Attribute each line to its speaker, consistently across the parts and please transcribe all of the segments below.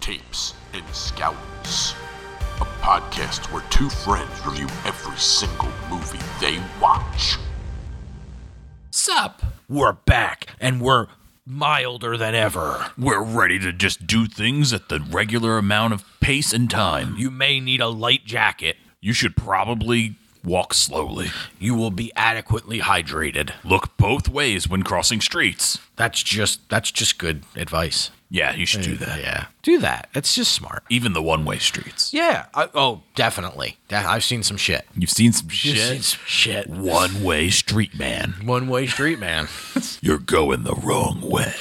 Speaker 1: Tapes, and Scouts. A podcast where two friends review every single movie they watch.
Speaker 2: Sup? We're back and we're milder than ever.
Speaker 3: We're ready to just do things at the regular amount of pace and time.
Speaker 2: You may need a light jacket.
Speaker 3: You should probably walk slowly.
Speaker 2: You will be adequately hydrated.
Speaker 3: Look both ways when crossing streets.
Speaker 2: That's just that's just good advice.
Speaker 3: Yeah, you should do that.
Speaker 2: Yeah. Do that. It's just smart.
Speaker 3: Even the one way streets.
Speaker 2: Yeah. I, oh, definitely. Yeah, I've seen some shit.
Speaker 3: You've seen some
Speaker 2: You've seen
Speaker 3: shit.
Speaker 2: some shit.
Speaker 3: One way street man.
Speaker 2: One way street, man.
Speaker 3: You're going the wrong way.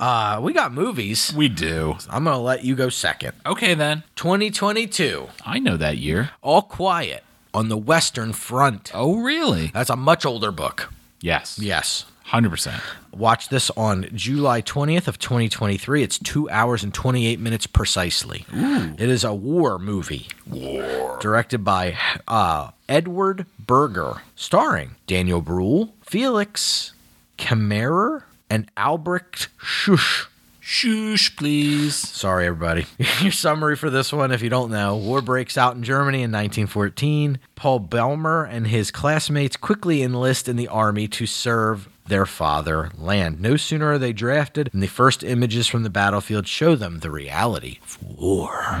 Speaker 2: Uh, we got movies.
Speaker 3: We do.
Speaker 2: I'm going to let you go second.
Speaker 3: Okay, then.
Speaker 2: 2022.
Speaker 3: I know that year.
Speaker 2: All Quiet on the Western Front.
Speaker 3: Oh, really?
Speaker 2: That's a much older book.
Speaker 3: Yes.
Speaker 2: Yes.
Speaker 3: 100%.
Speaker 2: Watch this on July 20th of 2023. It's 2 hours and 28 minutes precisely. It is a war movie. War. Directed by uh, Edward Berger, starring Daniel Bruhl, Felix Kammerer, and Albrecht Schusch.
Speaker 3: Shush, please.
Speaker 2: Sorry, everybody. Your summary for this one, if you don't know, war breaks out in Germany in 1914. Paul Belmer and his classmates quickly enlist in the army to serve their fatherland. No sooner are they drafted, and the first images from the battlefield show them the reality of war.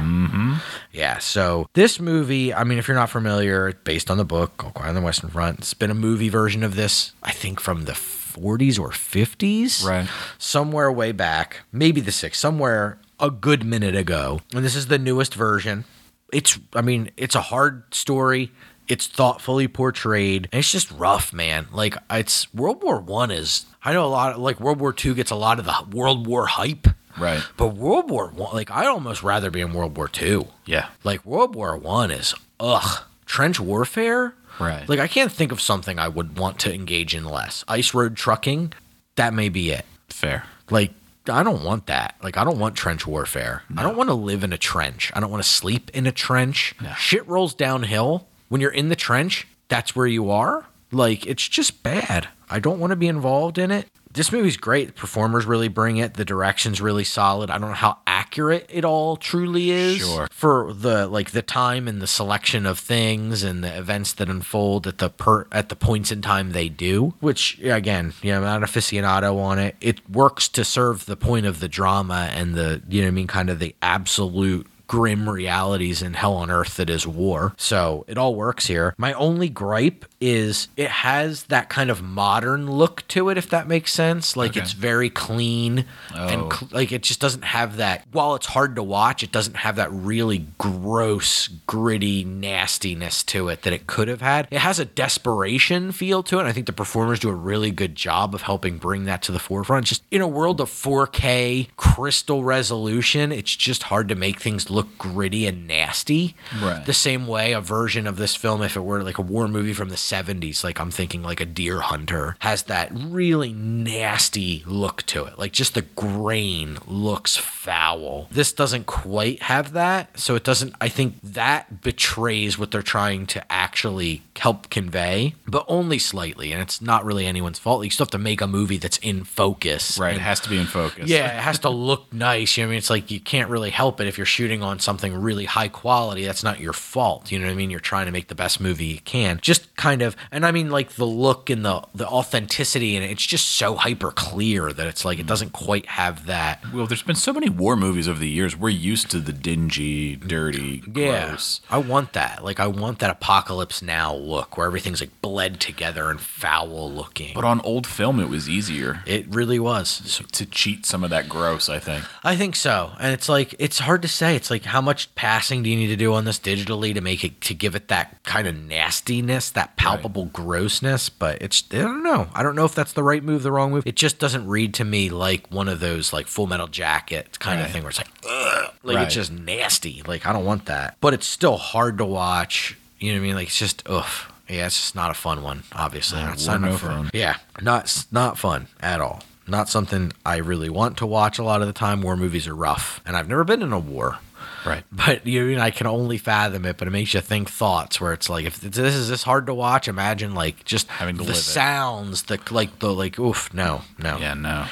Speaker 2: Yeah, so this movie, I mean, if you're not familiar, it's based on the book, All Quiet on the Western Front. It's been a movie version of this, I think, from the 40s or 50s
Speaker 3: Right.
Speaker 2: somewhere way back, maybe the sixth, somewhere a good minute ago. And this is the newest version. It's, I mean, it's a hard story. It's thoughtfully portrayed. And it's just rough, man. Like it's World War One is. I know a lot. Of, like World War Two gets a lot of the World War hype.
Speaker 3: Right.
Speaker 2: But World War One, like I'd almost rather be in World War Two.
Speaker 3: Yeah.
Speaker 2: Like World War One is ugh trench warfare.
Speaker 3: Right.
Speaker 2: Like I can't think of something I would want to engage in less. Ice road trucking, that may be it.
Speaker 3: Fair.
Speaker 2: Like I don't want that. Like I don't want trench warfare. I don't want to live in a trench. I don't want to sleep in a trench. Shit rolls downhill when you're in the trench. That's where you are. Like it's just bad. I don't want to be involved in it. This movie's great. The performers really bring it. The direction's really solid. I don't know how accurate it all truly is
Speaker 3: Sure.
Speaker 2: for the like the time and the selection of things and the events that unfold at the per at the points in time they do which yeah, again you know not aficionado on it it works to serve the point of the drama and the you know what i mean kind of the absolute grim realities and hell on earth that is war so it all works here my only gripe is it has that kind of modern look to it if that makes sense like it's very clean and
Speaker 3: Oh.
Speaker 2: cl- like it just doesn't have that while it's hard to watch it doesn't have that really gross gritty nastiness to it that it could have had it has a desperation feel to it and i think the performers do a really good job of helping bring that to the forefront just in a world of 4k crystal resolution it's just hard to make things look gritty and nasty
Speaker 3: Right.
Speaker 2: the same way a version of this film if it were like a war movie from the 70s like i'm thinking like a deer hunter has that really nasty look to it like just the grain looks foul this doesn't quite have that so it doesn't i think that betrays what they're trying to actually help convey but only slightly and it's not really anyone's fault you still have to make a movie that's in focus
Speaker 3: Right. It
Speaker 2: and
Speaker 3: has to be in focus.
Speaker 2: yeah, it has to look nice. You know what I mean? It's like you can't really help it if you're shooting on something really high quality. That's not your fault. You know what I mean? You're trying to make the best movie you can. Just kind of and I mean like the look and the the authenticity and it's just so hyper clear that it's like it doesn't quite have that
Speaker 3: Well, there's been so many war movies over the years. We're used to the dingy, dirty, gross.
Speaker 2: I want that. Like I want that apocalypse now look where everything's like bled together and foul looking.
Speaker 3: But on old film, it was easier
Speaker 2: it really was. So
Speaker 3: to cheat some of that gross, I think.
Speaker 2: I think so. And it's like it's hard to say. It's like how much passing do you need to do on this digitally to make it to give it that kind of nastiness, that palpable grossness, but it's I don't know. I don't know if that's the right move, the wrong move. It just doesn't read to me like one of those like full metal jacket kind of
Speaker 3: Right.
Speaker 2: thing where it's like Ugh, like
Speaker 3: Right.
Speaker 2: it's just nasty. Like I don't want that. But it's still hard to watch. You know what I mean? Like it's just oof. Yeah, it's just not a fun one, obviously. It's
Speaker 3: war
Speaker 2: not
Speaker 3: no
Speaker 2: a fun-
Speaker 3: fun.
Speaker 2: yeah, not not fun at all. Not something I really want to watch a lot of the time. War movies are rough, and I've never been in a war.
Speaker 3: Right.
Speaker 2: But you and I can only fathom it, but it makes you think thoughts where it's like, if this is this hard to watch, imagine like just
Speaker 3: Having to
Speaker 2: the
Speaker 3: live it.
Speaker 2: sounds, the like the like, oof, no, no,
Speaker 3: Yeah, no.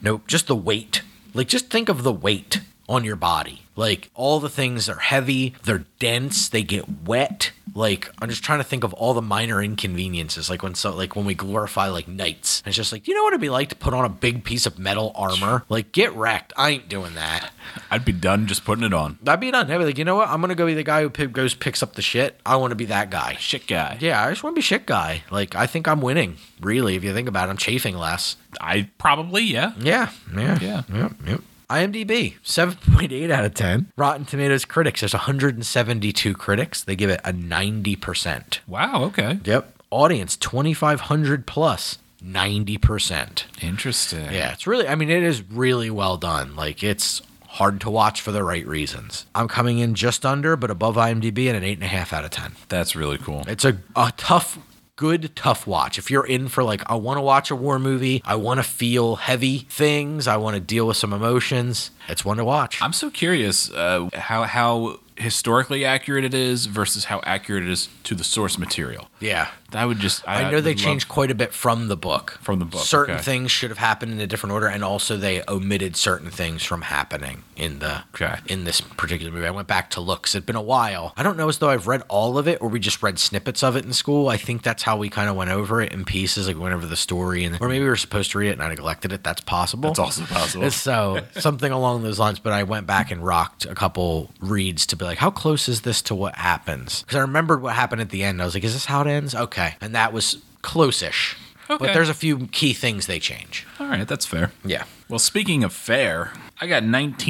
Speaker 2: Nope, just the weight. Like, just think of the weight on your body. Like, all the things are heavy, they're dense, they get wet. Like, I'm just trying to think of all the minor inconveniences. Like, when so, like, when we glorify like knights, it's just like, you know what it'd be like to put on a big piece of metal armor? Like, get wrecked. I ain't doing that.
Speaker 3: I'd be done just putting it on.
Speaker 2: I'd be done. I'd be like, you know what? I'm gonna go be the guy who pick, goes picks up the shit. I want to be that guy.
Speaker 3: Shit guy.
Speaker 2: Yeah, I just want to be shit guy. Like, I think I'm winning. Really, if you think about it, I'm chafing less.
Speaker 3: I probably, yeah.
Speaker 2: Yeah, yeah,
Speaker 3: Yeah.
Speaker 2: yep, yep. IMDb, 7.8 out of 10. Rotten Tomatoes critics, there's 172 critics. They give it a 90%.
Speaker 3: Wow, okay.
Speaker 2: Yep. Audience, 2,500 plus, 90%.
Speaker 3: Interesting.
Speaker 2: Yeah, it's really, I mean, it is really well done. Like, it's hard to watch for the right reasons. I'm coming in just under, but above IMDb at an 8.5 out of 10.
Speaker 3: That's really cool.
Speaker 2: It's a, a tough, good, tough watch. If you're in for like, I want to watch a war movie, I want to feel heavy things, I want to deal with some emotions, it's one to watch.
Speaker 3: I'm so curious uh, how how historically accurate it is versus how accurate it is to the source material.
Speaker 2: yeah.
Speaker 3: That would just I,
Speaker 2: I know they
Speaker 3: would love-
Speaker 2: changed quite a bit from the book.
Speaker 3: From the book,
Speaker 2: Certain
Speaker 3: okay.
Speaker 2: things should have happened in a different order and also they omitted certain things from happening in the
Speaker 3: Okay.
Speaker 2: in this particular movie. I went back to look it it'd been a while. I don't know as though I've read all of it or we just read snippets of it in school. I think that's how we kind of went over it in pieces, like we went over the story and or maybe we were supposed to read it and I neglected it. That's possible.
Speaker 3: It's also possible.
Speaker 2: So something along those lines. But I went back and rocked a couple reads to be like, how close is this to what happens? Because I remembered what happened at the end. I was like, is this how it ends? Okay, and that was close-ish. But
Speaker 3: Okay.
Speaker 2: there's a few key things they change.
Speaker 3: All right, that's fair.
Speaker 2: Yeah.
Speaker 3: Well, speaking of fair, I got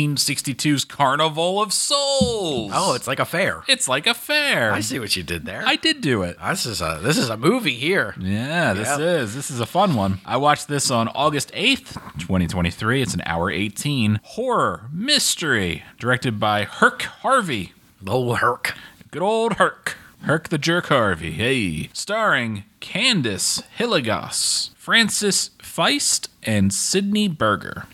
Speaker 3: 1962's Carnival of Souls.
Speaker 2: Oh, it's like a fair.
Speaker 3: it's like a fair.
Speaker 2: I see what you did there.
Speaker 3: I did do it.
Speaker 2: this is a this is a movie here.
Speaker 3: Yeah, this
Speaker 2: Yep.
Speaker 3: is this is a fun one. I watched this on August 8th, 2023. It's an hour 18 horror mystery directed by Herc Harvey.
Speaker 2: The whole work.
Speaker 3: Good old Herc. Herc the Jerk Harvey. Hey. Starring Candace Hilligos, Francis Feist, and Sydney Berger.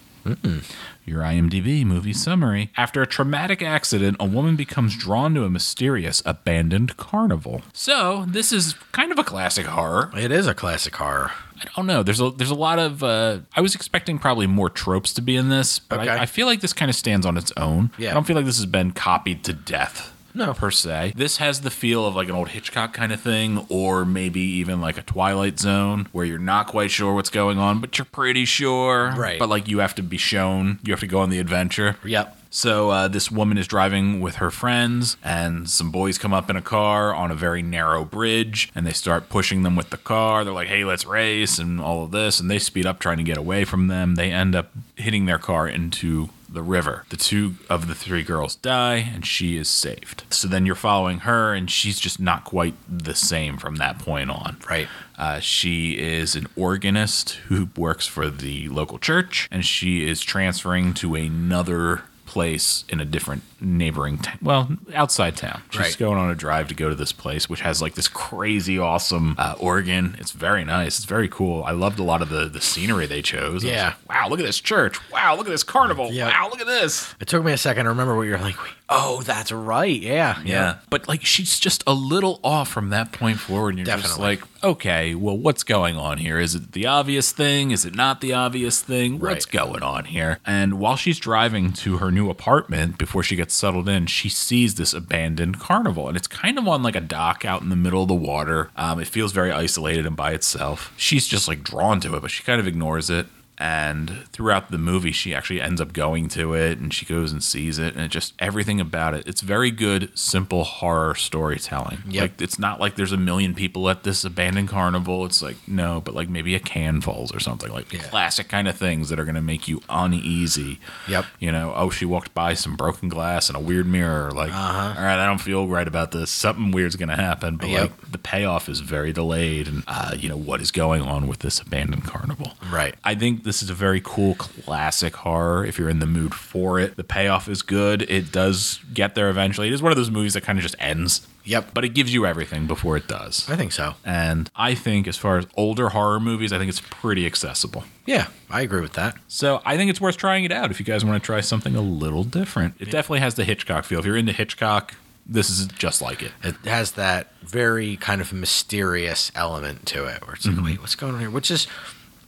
Speaker 3: Your IMDb movie summary. After a traumatic accident, a woman becomes drawn to a mysterious abandoned carnival. So, this is kind of a classic horror.
Speaker 2: It is a classic horror.
Speaker 3: I don't know. There's a there's a lot of uh, I was expecting probably more tropes to be in this, but
Speaker 2: Okay.
Speaker 3: I, I feel like this kind of stands on its own.
Speaker 2: Yeah.
Speaker 3: I don't feel like this has been copied to death.
Speaker 2: No.
Speaker 3: per se. This has the feel of like an old Hitchcock kind of thing, or maybe even like a Twilight Zone, where you're not quite sure what's going on, but you're pretty sure.
Speaker 2: Right.
Speaker 3: But like you have to be shown, you have to go on the adventure.
Speaker 2: Yep.
Speaker 3: So uh, this woman is driving with her friends, and some boys come up in a car on a very narrow bridge, and they start pushing them with the car. They're like, "Hey, let's race!" and all of this, and they speed up trying to get away from them. They end up hitting their car into the river. The two of the three girls die, and she is saved. So then you're following her, and she's just not quite the same from that point on.
Speaker 2: Right.
Speaker 3: Uh, she is an organist who works for the local church, and she is transferring to another place in a different neighboring town. Well, outside town. She's
Speaker 2: Right.
Speaker 3: going on a drive to go to this place, which has like this crazy, awesome uh, organ. It's very nice. It's very cool. I loved a lot of the, the scenery they chose. I was
Speaker 2: Yeah.
Speaker 3: like, wow, look at this church. Wow, look at this carnival.
Speaker 2: Yeah.
Speaker 3: Wow, look at this.
Speaker 2: It took me a second to remember what you're like. Wait, oh, that's right. Yeah.
Speaker 3: Yeah. But like she's just a little off from that point forward. And you're just
Speaker 2: Definitely.
Speaker 3: like, okay, well, what's going on here? Is it the obvious thing? Is it not the obvious thing? What's
Speaker 2: Right.
Speaker 3: going on here? And while she's driving to her new apartment before she gets settled in, she sees this abandoned carnival. And it's kind of on like a dock out in the middle of the water. Um, it feels very isolated and by itself. She's just like drawn to it, but she kind of ignores it. And throughout the movie, she actually ends up going to it and she goes and sees it. And it just everything about it, it's very good, simple horror storytelling.
Speaker 2: Yep.
Speaker 3: Like, it's not like there's a million people at this abandoned carnival. It's like, no, but like maybe a can falls or something like
Speaker 2: Yeah.
Speaker 3: classic kind of things that are going to make you uneasy.
Speaker 2: Yep.
Speaker 3: You know, oh, she walked by some broken glass and a weird mirror. Like, all right, I don't feel right about this. Something weird's going to happen. But
Speaker 2: Uh-huh. Yep.
Speaker 3: like the payoff is very delayed. And, uh, you know, what is going on with this abandoned carnival?
Speaker 2: Right.
Speaker 3: I think this is a very cool classic horror if you're in the mood for it. The payoff is good. It does get there eventually. It is one of those movies that kind of just ends.
Speaker 2: Yep.
Speaker 3: But it gives you everything before it does.
Speaker 2: I think so.
Speaker 3: And I think, as far as older horror movies, I think it's pretty accessible.
Speaker 2: Yeah, I agree with that.
Speaker 3: So I think it's worth trying it out if you guys want to try something a little different. It definitely has the Hitchcock feel. If you're into Hitchcock, this is just like it.
Speaker 2: It has that very kind of mysterious element to it where it's like, wait, what's going on here? Which is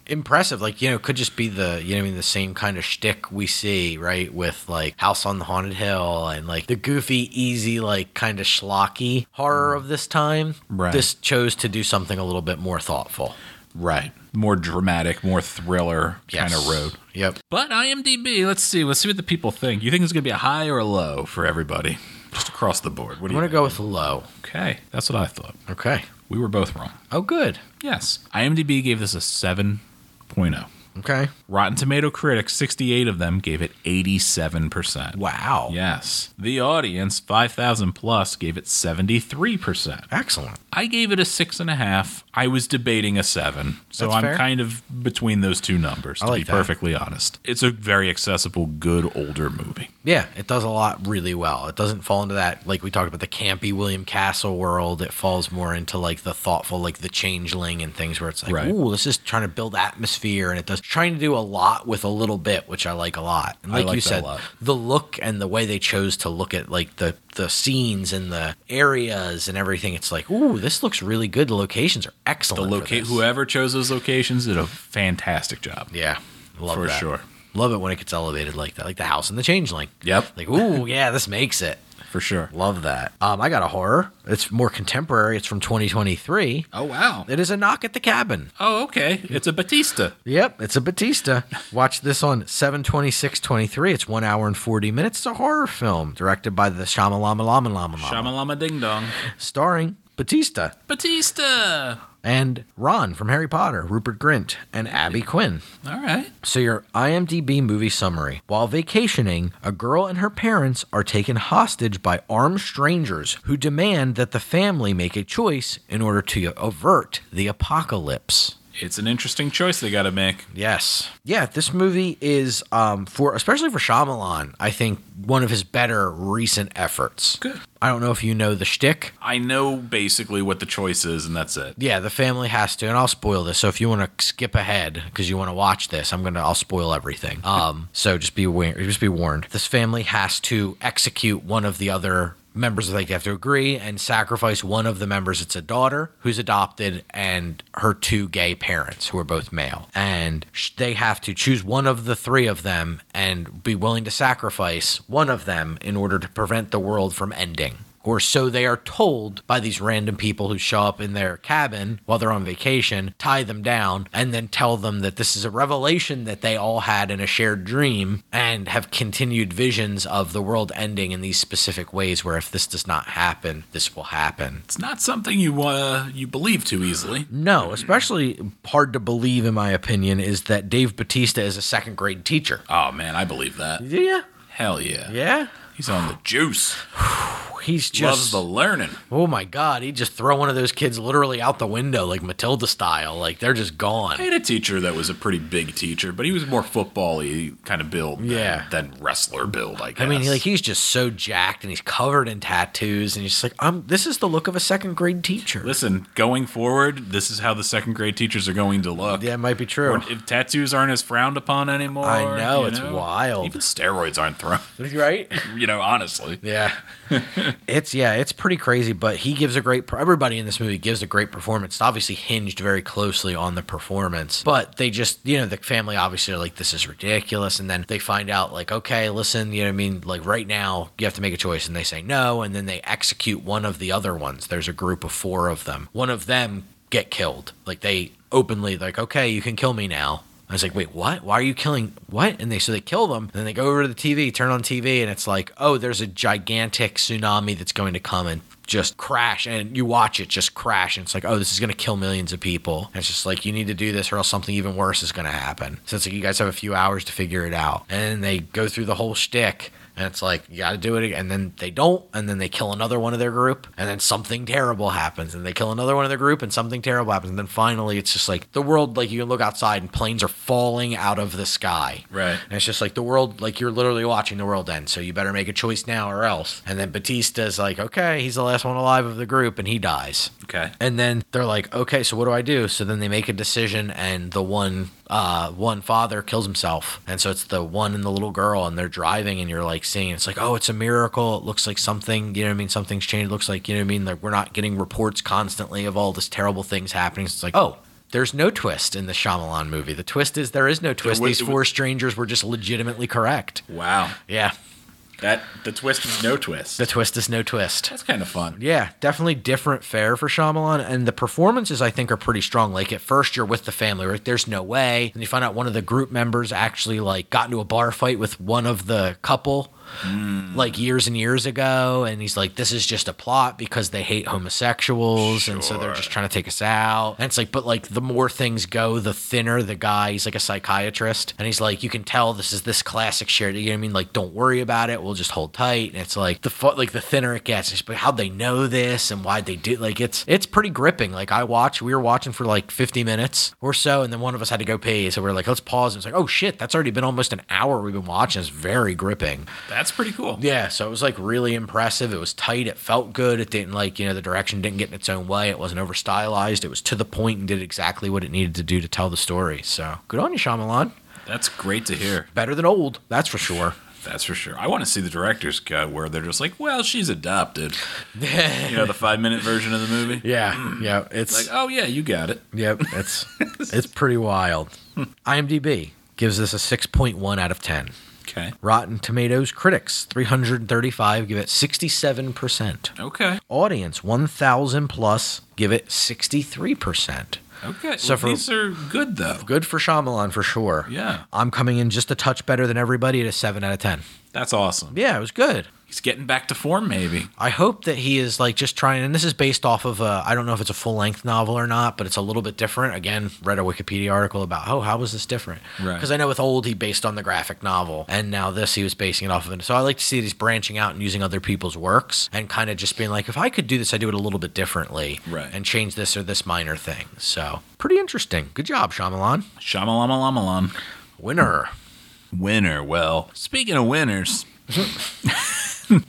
Speaker 2: impressive. Like, you know, it could just be the, you know, what I mean, the same kind of shtick we see, right? With like House on the Haunted Hill and like the goofy, easy, like kind of schlocky horror of this time.
Speaker 3: Right.
Speaker 2: This chose to do something a little bit more thoughtful.
Speaker 3: Right. More dramatic, more thriller kind of
Speaker 2: Yes.
Speaker 3: road.
Speaker 2: Yep.
Speaker 3: But IMDb, let's see. Let's see what the people think. You think it's going to be a high or a low for everybody? Just across the board. What do
Speaker 2: I'm
Speaker 3: you
Speaker 2: going
Speaker 3: think?
Speaker 2: to go with low.
Speaker 3: Okay. That's what I thought.
Speaker 2: Okay.
Speaker 3: We were both wrong.
Speaker 2: Oh, good.
Speaker 3: Yes. IMDb gave this a oh. 7.0.
Speaker 2: Okay.
Speaker 3: Rotten Tomato critics, 68 of them gave it 87%.
Speaker 2: Wow.
Speaker 3: Yes. The audience, 5,000 plus, gave it 73%.
Speaker 2: Excellent.
Speaker 3: I gave it a 6.5. I was debating a 7. So
Speaker 2: That's
Speaker 3: I'm
Speaker 2: fair.
Speaker 3: kind of between those two numbers,
Speaker 2: I
Speaker 3: to
Speaker 2: like
Speaker 3: be
Speaker 2: that.
Speaker 3: perfectly honest. It's a very accessible, good, older movie.
Speaker 2: Yeah, it does a lot really well. It doesn't fall into that like we talked about the campy William Castle world. It falls more into like the thoughtful, like the changeling and things where it's like,
Speaker 3: Right.
Speaker 2: ooh, this is trying to build atmosphere and it does trying to do a lot with a little bit, which I like a lot. And
Speaker 3: I
Speaker 2: like,
Speaker 3: like
Speaker 2: you
Speaker 3: that a
Speaker 2: said,
Speaker 3: lot.
Speaker 2: the look and the way they chose to look at like the the scenes and the areas and everything, it's like, ooh, this looks really good. The locations are
Speaker 3: The
Speaker 2: excellent. for
Speaker 3: locate
Speaker 2: this.
Speaker 3: whoever chose those locations did a fantastic job.
Speaker 2: Yeah. Love
Speaker 3: For
Speaker 2: that.
Speaker 3: sure.
Speaker 2: Love it when it gets elevated like that, like the house and the changeling.
Speaker 3: Yep.
Speaker 2: Like, ooh, yeah, this makes it.
Speaker 3: For sure.
Speaker 2: Love that. Um, I got a horror. It's more contemporary. It's from 2023.
Speaker 3: Oh wow.
Speaker 2: It is a knock at the cabin.
Speaker 3: Oh okay. It's a Batista.
Speaker 2: Yep, it's a Batista. Watch this on 72623. It's one hour and 40 minutes. It's a horror film directed by the Shamalama Lama Lama Lama.
Speaker 3: Shamalama Ding Dong.
Speaker 2: Starring Batista
Speaker 3: Batista.
Speaker 2: and Ron from Harry Potter, Rupert Grint, and Abby Quinn.
Speaker 3: All right.
Speaker 2: So, your IMDb movie summary. While vacationing, a girl and her parents are taken hostage by armed strangers who demand that the family make a choice in order to avert the apocalypse.
Speaker 3: It's an interesting choice they got to make.
Speaker 2: Yes. Yeah, this movie is um, for especially for Shyamalan, I think one of his better recent efforts.
Speaker 3: Good.
Speaker 2: I don't know if you know the shtick.
Speaker 3: I know basically what the choice is, and that's it.
Speaker 2: Yeah, the family has to, and I'll spoil this. So if you want to skip ahead because you want to watch this, I'm gonna I'll spoil everything. Um, so just be aware, just be warned. This family has to execute one of the other members. They have to agree and sacrifice one of the members. It's a daughter who's adopted and her two gay parents who are both male, and sh- they have to choose one of the three of them and be willing to sacrifice one of them in order to prevent the world from ending or so they are told by these random people who show up in their cabin while they're on vacation, tie them down, and then tell them that this is a revelation that they all had in a shared dream and have continued visions of the world ending in these specific ways where if this does not happen, this will happen.
Speaker 3: It's not something you uh, you believe too easily.
Speaker 2: No, especially hard to believe, in my opinion, is that Dave Batista is a second grade teacher.
Speaker 3: Oh man, I believe that.
Speaker 2: Yeah.
Speaker 3: Hell yeah.
Speaker 2: Yeah.
Speaker 3: He's on the juice.
Speaker 2: He's
Speaker 3: Loves
Speaker 2: just
Speaker 3: the learning.
Speaker 2: Oh my God, he'd just throw one of those kids literally out the window, like Matilda style. Like they're just
Speaker 3: I
Speaker 2: gone.
Speaker 3: had a teacher that was a pretty big teacher, but he was more football-y kind of build than,
Speaker 2: Yeah.
Speaker 3: than wrestler build, I guess.
Speaker 2: I mean, like he's just so jacked and he's covered in tattoos, and he's just like, "I'm." This is the look of a second grade teacher.
Speaker 3: Listen, going forward, this is how the second grade teachers are going to look.
Speaker 2: yeah, it might be true.
Speaker 3: Or If tattoos aren't as frowned upon anymore.
Speaker 2: I know,
Speaker 3: you
Speaker 2: it's wild.
Speaker 3: Even steroids aren't thrown.
Speaker 2: Right?
Speaker 3: You know, honestly.
Speaker 2: Yeah. it's yeah, it's pretty crazy, but he gives a great per- everybody in this movie gives a great performance. It's obviously hinged very closely on the performance. But they just, you know, the family obviously are like this is ridiculous and then they find out like, okay, listen, you know what I mean, like right now you have to make a choice and they say no and then they execute one of the other ones. There's a group of four of them. One of them get killed. Like they openly like, okay, you can kill me now. I was like, wait, what? Why are you killing what? And they so they kill them. Then they go over to the TV, turn on TV, and it's like, oh, there's a gigantic tsunami that's going to come and just crash. And you watch it just crash, and it's like, oh, this is going to kill millions of people. And it's just like you need to do this, or else something even worse is going to happen. So it's like you guys have a few hours to figure it out. And they go through the whole shtick. And it's like, you got to do it. again. And then they don't. And then they kill another one of their group. And then something terrible happens. And they kill another one of their group. And something terrible happens. And then finally, it's just like the world, like you can look outside and planes are falling out of the sky.
Speaker 3: Right.
Speaker 2: And it's just like the world, like you're literally watching the world end. So you better make a choice now or else. And then Batista's like, okay, he's the last one alive of the group. And he dies.
Speaker 3: Okay.
Speaker 2: And then they're like, okay, so what do I do? So then they make a decision, and the one uh, one father kills himself, and so it's the one and the little girl, and they're driving, and you're like seeing it's like, oh, it's a miracle. It looks like something, you know what I mean? Something's changed. It looks like you know what I mean. Like we're not getting reports constantly of all this terrible things happening. So it's like, oh. There's no twist in the Shyamalan movie. The twist is there is no twist.
Speaker 3: was-
Speaker 2: These four strangers were just legitimately correct.
Speaker 3: Wow.
Speaker 2: Yeah.
Speaker 3: That the twist is no twist.
Speaker 2: The twist is no twist.
Speaker 3: That's kind of fun.
Speaker 2: Yeah, definitely different fare for Shyamalan, and the performances I think are pretty strong. Like at first you're with the family, right? There's no way, and you find out one of the group members actually like got into a bar fight with one of the couple, like years and years ago, and he's like, "This is just a plot because they hate homosexuals, and so they're just trying to take us out." And it's like, but like the more things go, the thinner the guy. He's like a psychiatrist, and he's like, "You can tell this is this classic shared." You know what I mean? Like, don't worry about it. We'll just hold tight. And it's like the fu- like the thinner it gets. It's, but how'd they know this and why'd they do? Like, it's it's pretty gripping. Like I watched, we were watching for like 50 minutes or so, and then one of us had to go pee, so we are like, "Let's pause." And it's like, "Oh shit, that's already been almost an hour we've been watching." It's very gripping.
Speaker 3: That's pretty cool.
Speaker 2: Yeah, so it was like really impressive. It was tight. It felt good. It didn't like, you know, the direction didn't get in its own way. It wasn't over stylized. It was to the point and did exactly what it needed to do to tell the story. So good on you, Shyamalan.
Speaker 3: That's great to hear.
Speaker 2: Better than old, that's for sure.
Speaker 3: That's for sure. I want to see the director's cut where they're just like, "Well, she's adopted." you know, the five minute version of the movie.
Speaker 2: Yeah, yeah. It's
Speaker 3: Like, oh yeah, you got it.
Speaker 2: yep, it's it's pretty wild. IMDb gives this a six point one out of ten.
Speaker 3: Okay.
Speaker 2: Rotten Tomatoes critics, 335, give it 67%.
Speaker 3: Okay.
Speaker 2: Audience, 1,000 plus, give it 63%.
Speaker 3: Okay.
Speaker 2: So
Speaker 3: Well,
Speaker 2: for-
Speaker 3: these are good though.
Speaker 2: Good for Shyamalan for sure.
Speaker 3: Yeah.
Speaker 2: I'm coming in just a touch better than everybody at a 7 out of 10.
Speaker 3: That's awesome.
Speaker 2: Yeah, it was good.
Speaker 3: He's getting back to form, maybe.
Speaker 2: I hope that he is like just trying, and this is based off of a, I don't know if it's a full length novel or not, but it's a little bit different. Again, read a Wikipedia article about, oh, how was this different?
Speaker 3: Right.
Speaker 2: Because I know with Old, he based on the graphic novel, and now this, he was basing it off of it. So I like to see that he's branching out and using other people's works and kind of just being like, if I could do this, I'd do it a little bit differently
Speaker 3: Right.
Speaker 2: and change this or this minor thing. So pretty interesting. Good job, Shyamalan.
Speaker 3: Shamalamalamalon.
Speaker 2: Winner.
Speaker 3: Winner. Well, speaking of winners,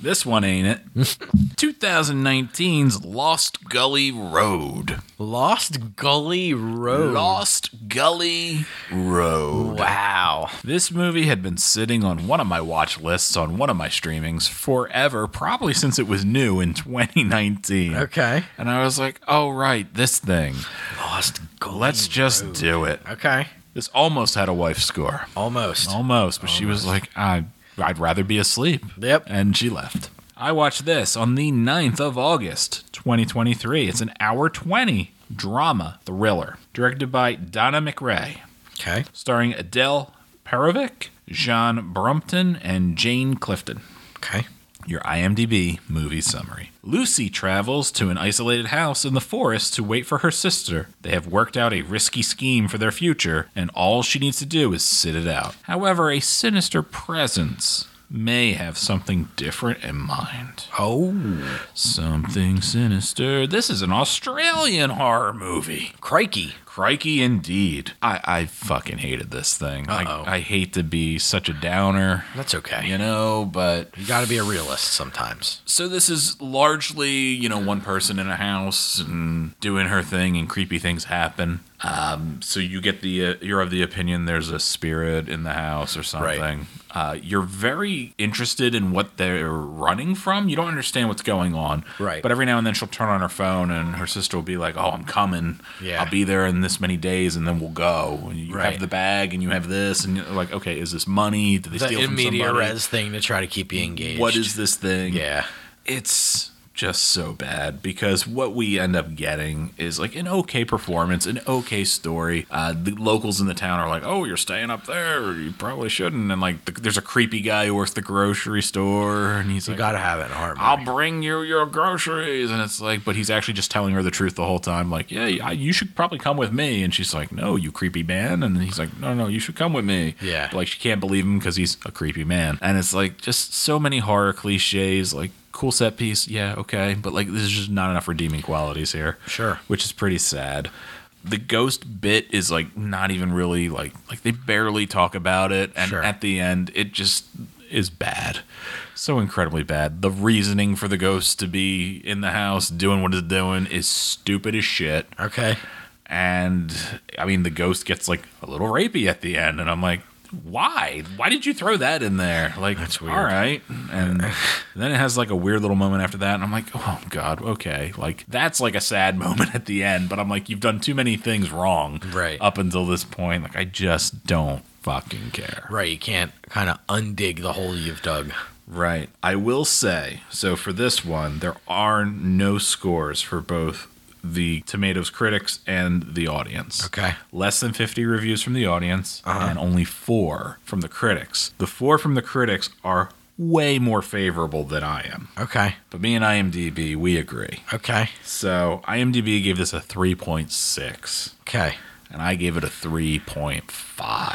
Speaker 3: this one ain't it. 2019's Lost Gully Road.
Speaker 2: Lost Gully Road.
Speaker 3: Lost Gully Road.
Speaker 2: Wow.
Speaker 3: This movie had been sitting on one of my watch lists on one of my streamings forever, probably since it was new in 2019.
Speaker 2: Okay.
Speaker 3: And I was like, oh, right, this thing.
Speaker 2: Lost Gully.
Speaker 3: Let's just do it.
Speaker 2: Okay.
Speaker 3: This almost had a wife score.
Speaker 2: Almost.
Speaker 3: Almost, but she was like, I, I'd rather be asleep.
Speaker 2: Yep.
Speaker 3: And she left. I watched this on the 9th of August, 2023. It's an hour 20 drama thriller directed by Donna McRae,
Speaker 2: Okay.
Speaker 3: starring Adele Perovic, John Brumpton, and Jane Clifton.
Speaker 2: Okay.
Speaker 3: Your IMDb movie summary. Lucy travels to an isolated house in the forest to wait for her sister. They have worked out a risky scheme for their future, and all she needs to do is sit it out. However, a sinister presence may have something different in mind.
Speaker 2: Oh,
Speaker 3: Something sinister. This is an Australian horror movie.
Speaker 2: crikey.
Speaker 3: Crikey, indeed. I, I fucking hated this thing.
Speaker 2: Uh-oh.
Speaker 3: I, I hate to be such a downer,
Speaker 2: That's okay.
Speaker 3: you know, but
Speaker 2: You got to be a realist sometimes.
Speaker 3: so this is largely, you know, one person in a house and doing her thing, and creepy things happen. Um, so you get the uh, you're of the opinion there's a spirit in the house or something. Uh, you're very interested in what they're running from. You don't understand what's going on.
Speaker 2: Right.
Speaker 3: But every now and then she'll turn on her phone, and her sister will be like, "Oh, I'm coming.
Speaker 2: Yeah.
Speaker 3: I'll be there in this many days, and then we'll go. And you
Speaker 2: Right.
Speaker 3: have the bag, and you have this, and you're like, okay, is this money? Did they
Speaker 2: The
Speaker 3: steal
Speaker 2: in
Speaker 3: from
Speaker 2: media
Speaker 3: somebody?
Speaker 2: res thing to try to keep you engaged.
Speaker 3: What is this thing?
Speaker 2: Yeah.
Speaker 3: it's just so bad because what we end up getting is like an okay performance, an okay story. Uh, the locals in the town are like, "Oh, you're staying up there. You probably shouldn't." And like, the, there's a creepy guy who works the grocery store, and he's
Speaker 2: You
Speaker 3: like,
Speaker 2: gotta have it in Harmony.
Speaker 3: "I'll bring you your groceries," and it's like, but he's actually just telling her the truth the whole time. Like, "Yeah, I, you should probably come with me," and she's like, "No, you creepy man," and he's like, "No, no, you should come with me."
Speaker 2: Yeah.
Speaker 3: like she can't believe him because he's a creepy man, and it's like just so many horror cliches, like. Cool set piece, yeah, okay, but like there's just not enough redeeming qualities here.
Speaker 2: Sure.
Speaker 3: which is pretty sad. The ghost bit is like not even really like like they barely talk about it, and
Speaker 2: Sure.
Speaker 3: at the end, it just is bad, so incredibly bad. The reasoning for the ghost to be in the house doing what it's doing is stupid as shit.
Speaker 2: okay.
Speaker 3: And I mean, the ghost gets like a little rapey at the end, and I'm like, why? Why did you throw that in there? Like,
Speaker 2: That's weird.
Speaker 3: All right, and then it has like a weird little moment after that, and I'm like, oh god, okay, like that's like a sad moment at the end. But I'm like, you've done too many things wrong,
Speaker 2: Right.
Speaker 3: Up until this point, like I just don't fucking care.
Speaker 2: Right, you can't kind of undig the hole you've dug.
Speaker 3: Right. I will say, so for this one, there are no scores for both the Tomatoes critics and the audience.
Speaker 2: Okay.
Speaker 3: Less than 50 reviews from the audience and only four from the critics. The four from the critics are way more favorable than I am.
Speaker 2: Okay.
Speaker 3: But me and IMDb, we agree.
Speaker 2: Okay.
Speaker 3: So IMDb gave this a 3.6,
Speaker 2: Okay.
Speaker 3: and I gave it a 3.5.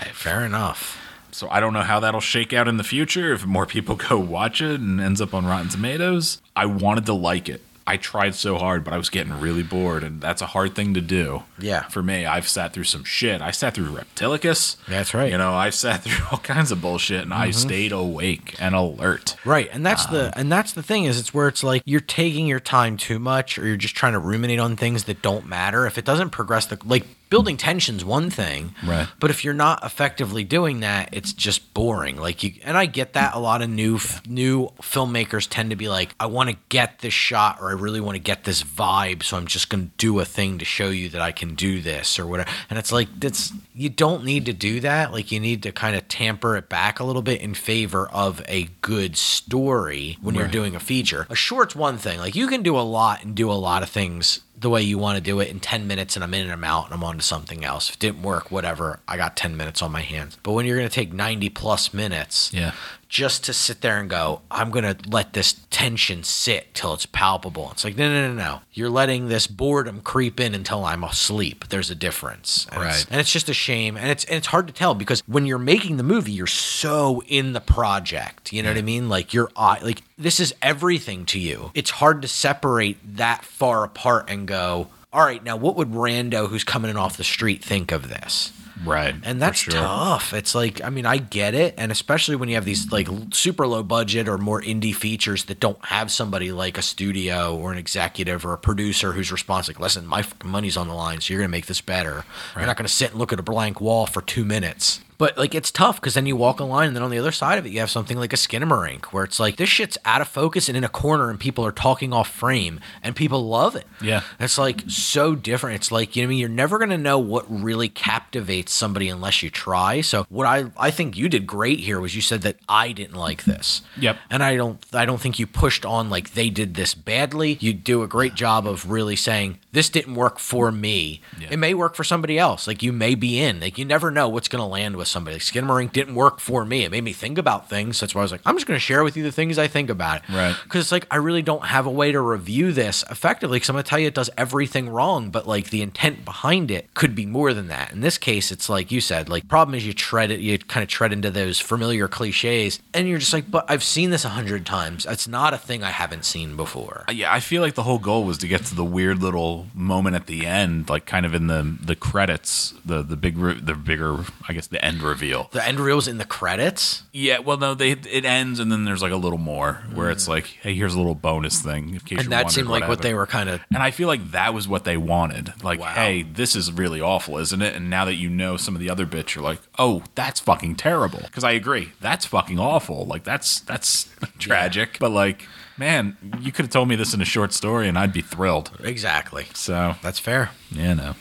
Speaker 2: Fair enough.
Speaker 3: So I don't know how that'll shake out in the future if more people go watch it and ends up on Rotten Tomatoes. I wanted to like it. I tried so hard, but I was getting really bored, and that's a hard thing to do.
Speaker 2: Yeah.
Speaker 3: For me, I've sat through some shit. I sat through Reptilicus.
Speaker 2: That's right. Mm-hmm.
Speaker 3: You know, I've sat through all kinds of bullshit, and I stayed awake and alert.
Speaker 2: Right, and that's the and that's the thing is it's where it's like you're taking your time too much, or you're just trying to ruminate on things that don't matter. If it doesn't progress, the like building tension's one thing,
Speaker 3: Right.
Speaker 2: But if you're not effectively doing that, it's just boring. Like you, and I get that a lot of new f new filmmakers tend to be like, I want to get this shot, or I really want to get this vibe, so I'm just going to do a thing to show you that I can do this or whatever. And it's like that's you don't need to do that. Like you need to kind of tamper it back a little bit in favor of a good story when you're
Speaker 3: Right.
Speaker 2: doing a feature. A short's one thing. Like you can do a lot and do a lot of things the way you want to do it in 10 minutes and I'm in and I'm out and I'm on to something else. If it didn't work, whatever. I got 10 minutes on my hands. But when you're going to take 90 plus minutes
Speaker 3: Yeah.
Speaker 2: just to sit there and go, I'm going to let this tension sit till it's palpable. It's like, no, no, no, no. You're letting this boredom creep in until I'm asleep. There's a difference. And it's-
Speaker 3: Right.
Speaker 2: and it's just a shame. And it's and it's hard to tell because when you're making the movie, you're so in the project. You know what I mean? Like your eye, like this is everything to you. It's hard to separate that far apart and go, all right, now what would Rando, who's coming in off the street, think of this?
Speaker 3: Right.
Speaker 2: And that's
Speaker 3: For
Speaker 2: tough. It's like, I mean, I get it. And especially when you have these like l- super low budget or more indie features that don't have somebody like a studio or an executive or a producer who's responsible. Like, listen, my fucking money's on the line, so you're going to make this better. You're not going to sit and look at a blank wall for two minutes. But like, it's tough because then you walk a line and then on the other side of it, you have something like a Skinamarink where it's like, this shit's out of focus and in a corner and people are talking off frame and people love it.
Speaker 3: Yeah.
Speaker 2: It's like so different. It's like, you know what I mean? You're never going to know what really captivates somebody unless you try. So what I, I think you did great here was you said that I didn't like this.
Speaker 3: Yep.
Speaker 2: And I don't, I don't think you pushed on like they did this badly. You do a great job of really saying this didn't work for me.
Speaker 3: Yeah.
Speaker 2: It may work for somebody else. Like you may be in, like you never know what's going to land with somebody. Like Skinamarink didn't work for me. It made me think about things. That's why I was like, I'm just going to share with you the things I think about it.
Speaker 3: Right.
Speaker 2: Because it's like, I really don't have a way to review this effectively because I'm going to tell you it does everything wrong, but like the intent behind it could be more than that. In this case, it's like you said, like, problem is you tread it, you kind of tread into those familiar cliches and you're just like, but I've seen this a hundred times. It's not a thing I haven't seen before.
Speaker 3: Uh, yeah, I feel like the whole goal was to get to the weird little moment at the end, like kind of in the the credits, the the big re- the bigger, I guess, the end reveal.
Speaker 2: The end reel's in the credits.
Speaker 3: Yeah, well, no, they it ends and then there's like a little more where it's like, hey, here's a little bonus thing in case you
Speaker 2: Mm. And that
Speaker 3: wondered
Speaker 2: seemed like what
Speaker 3: happened.
Speaker 2: they were kind of
Speaker 3: And I feel like that was what they wanted. Like,
Speaker 2: Wow.
Speaker 3: hey, this is really awful, isn't it? And now that you know some of the other bits, you're like, oh, that's fucking terrible. Because I agree, that's fucking awful. Like, that's that's tragic. But like, man, you could have told me this in a short story, and I'd be thrilled.
Speaker 2: exactly.
Speaker 3: So
Speaker 2: That's fair.
Speaker 3: you know,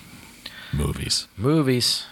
Speaker 3: movies.
Speaker 2: Movies.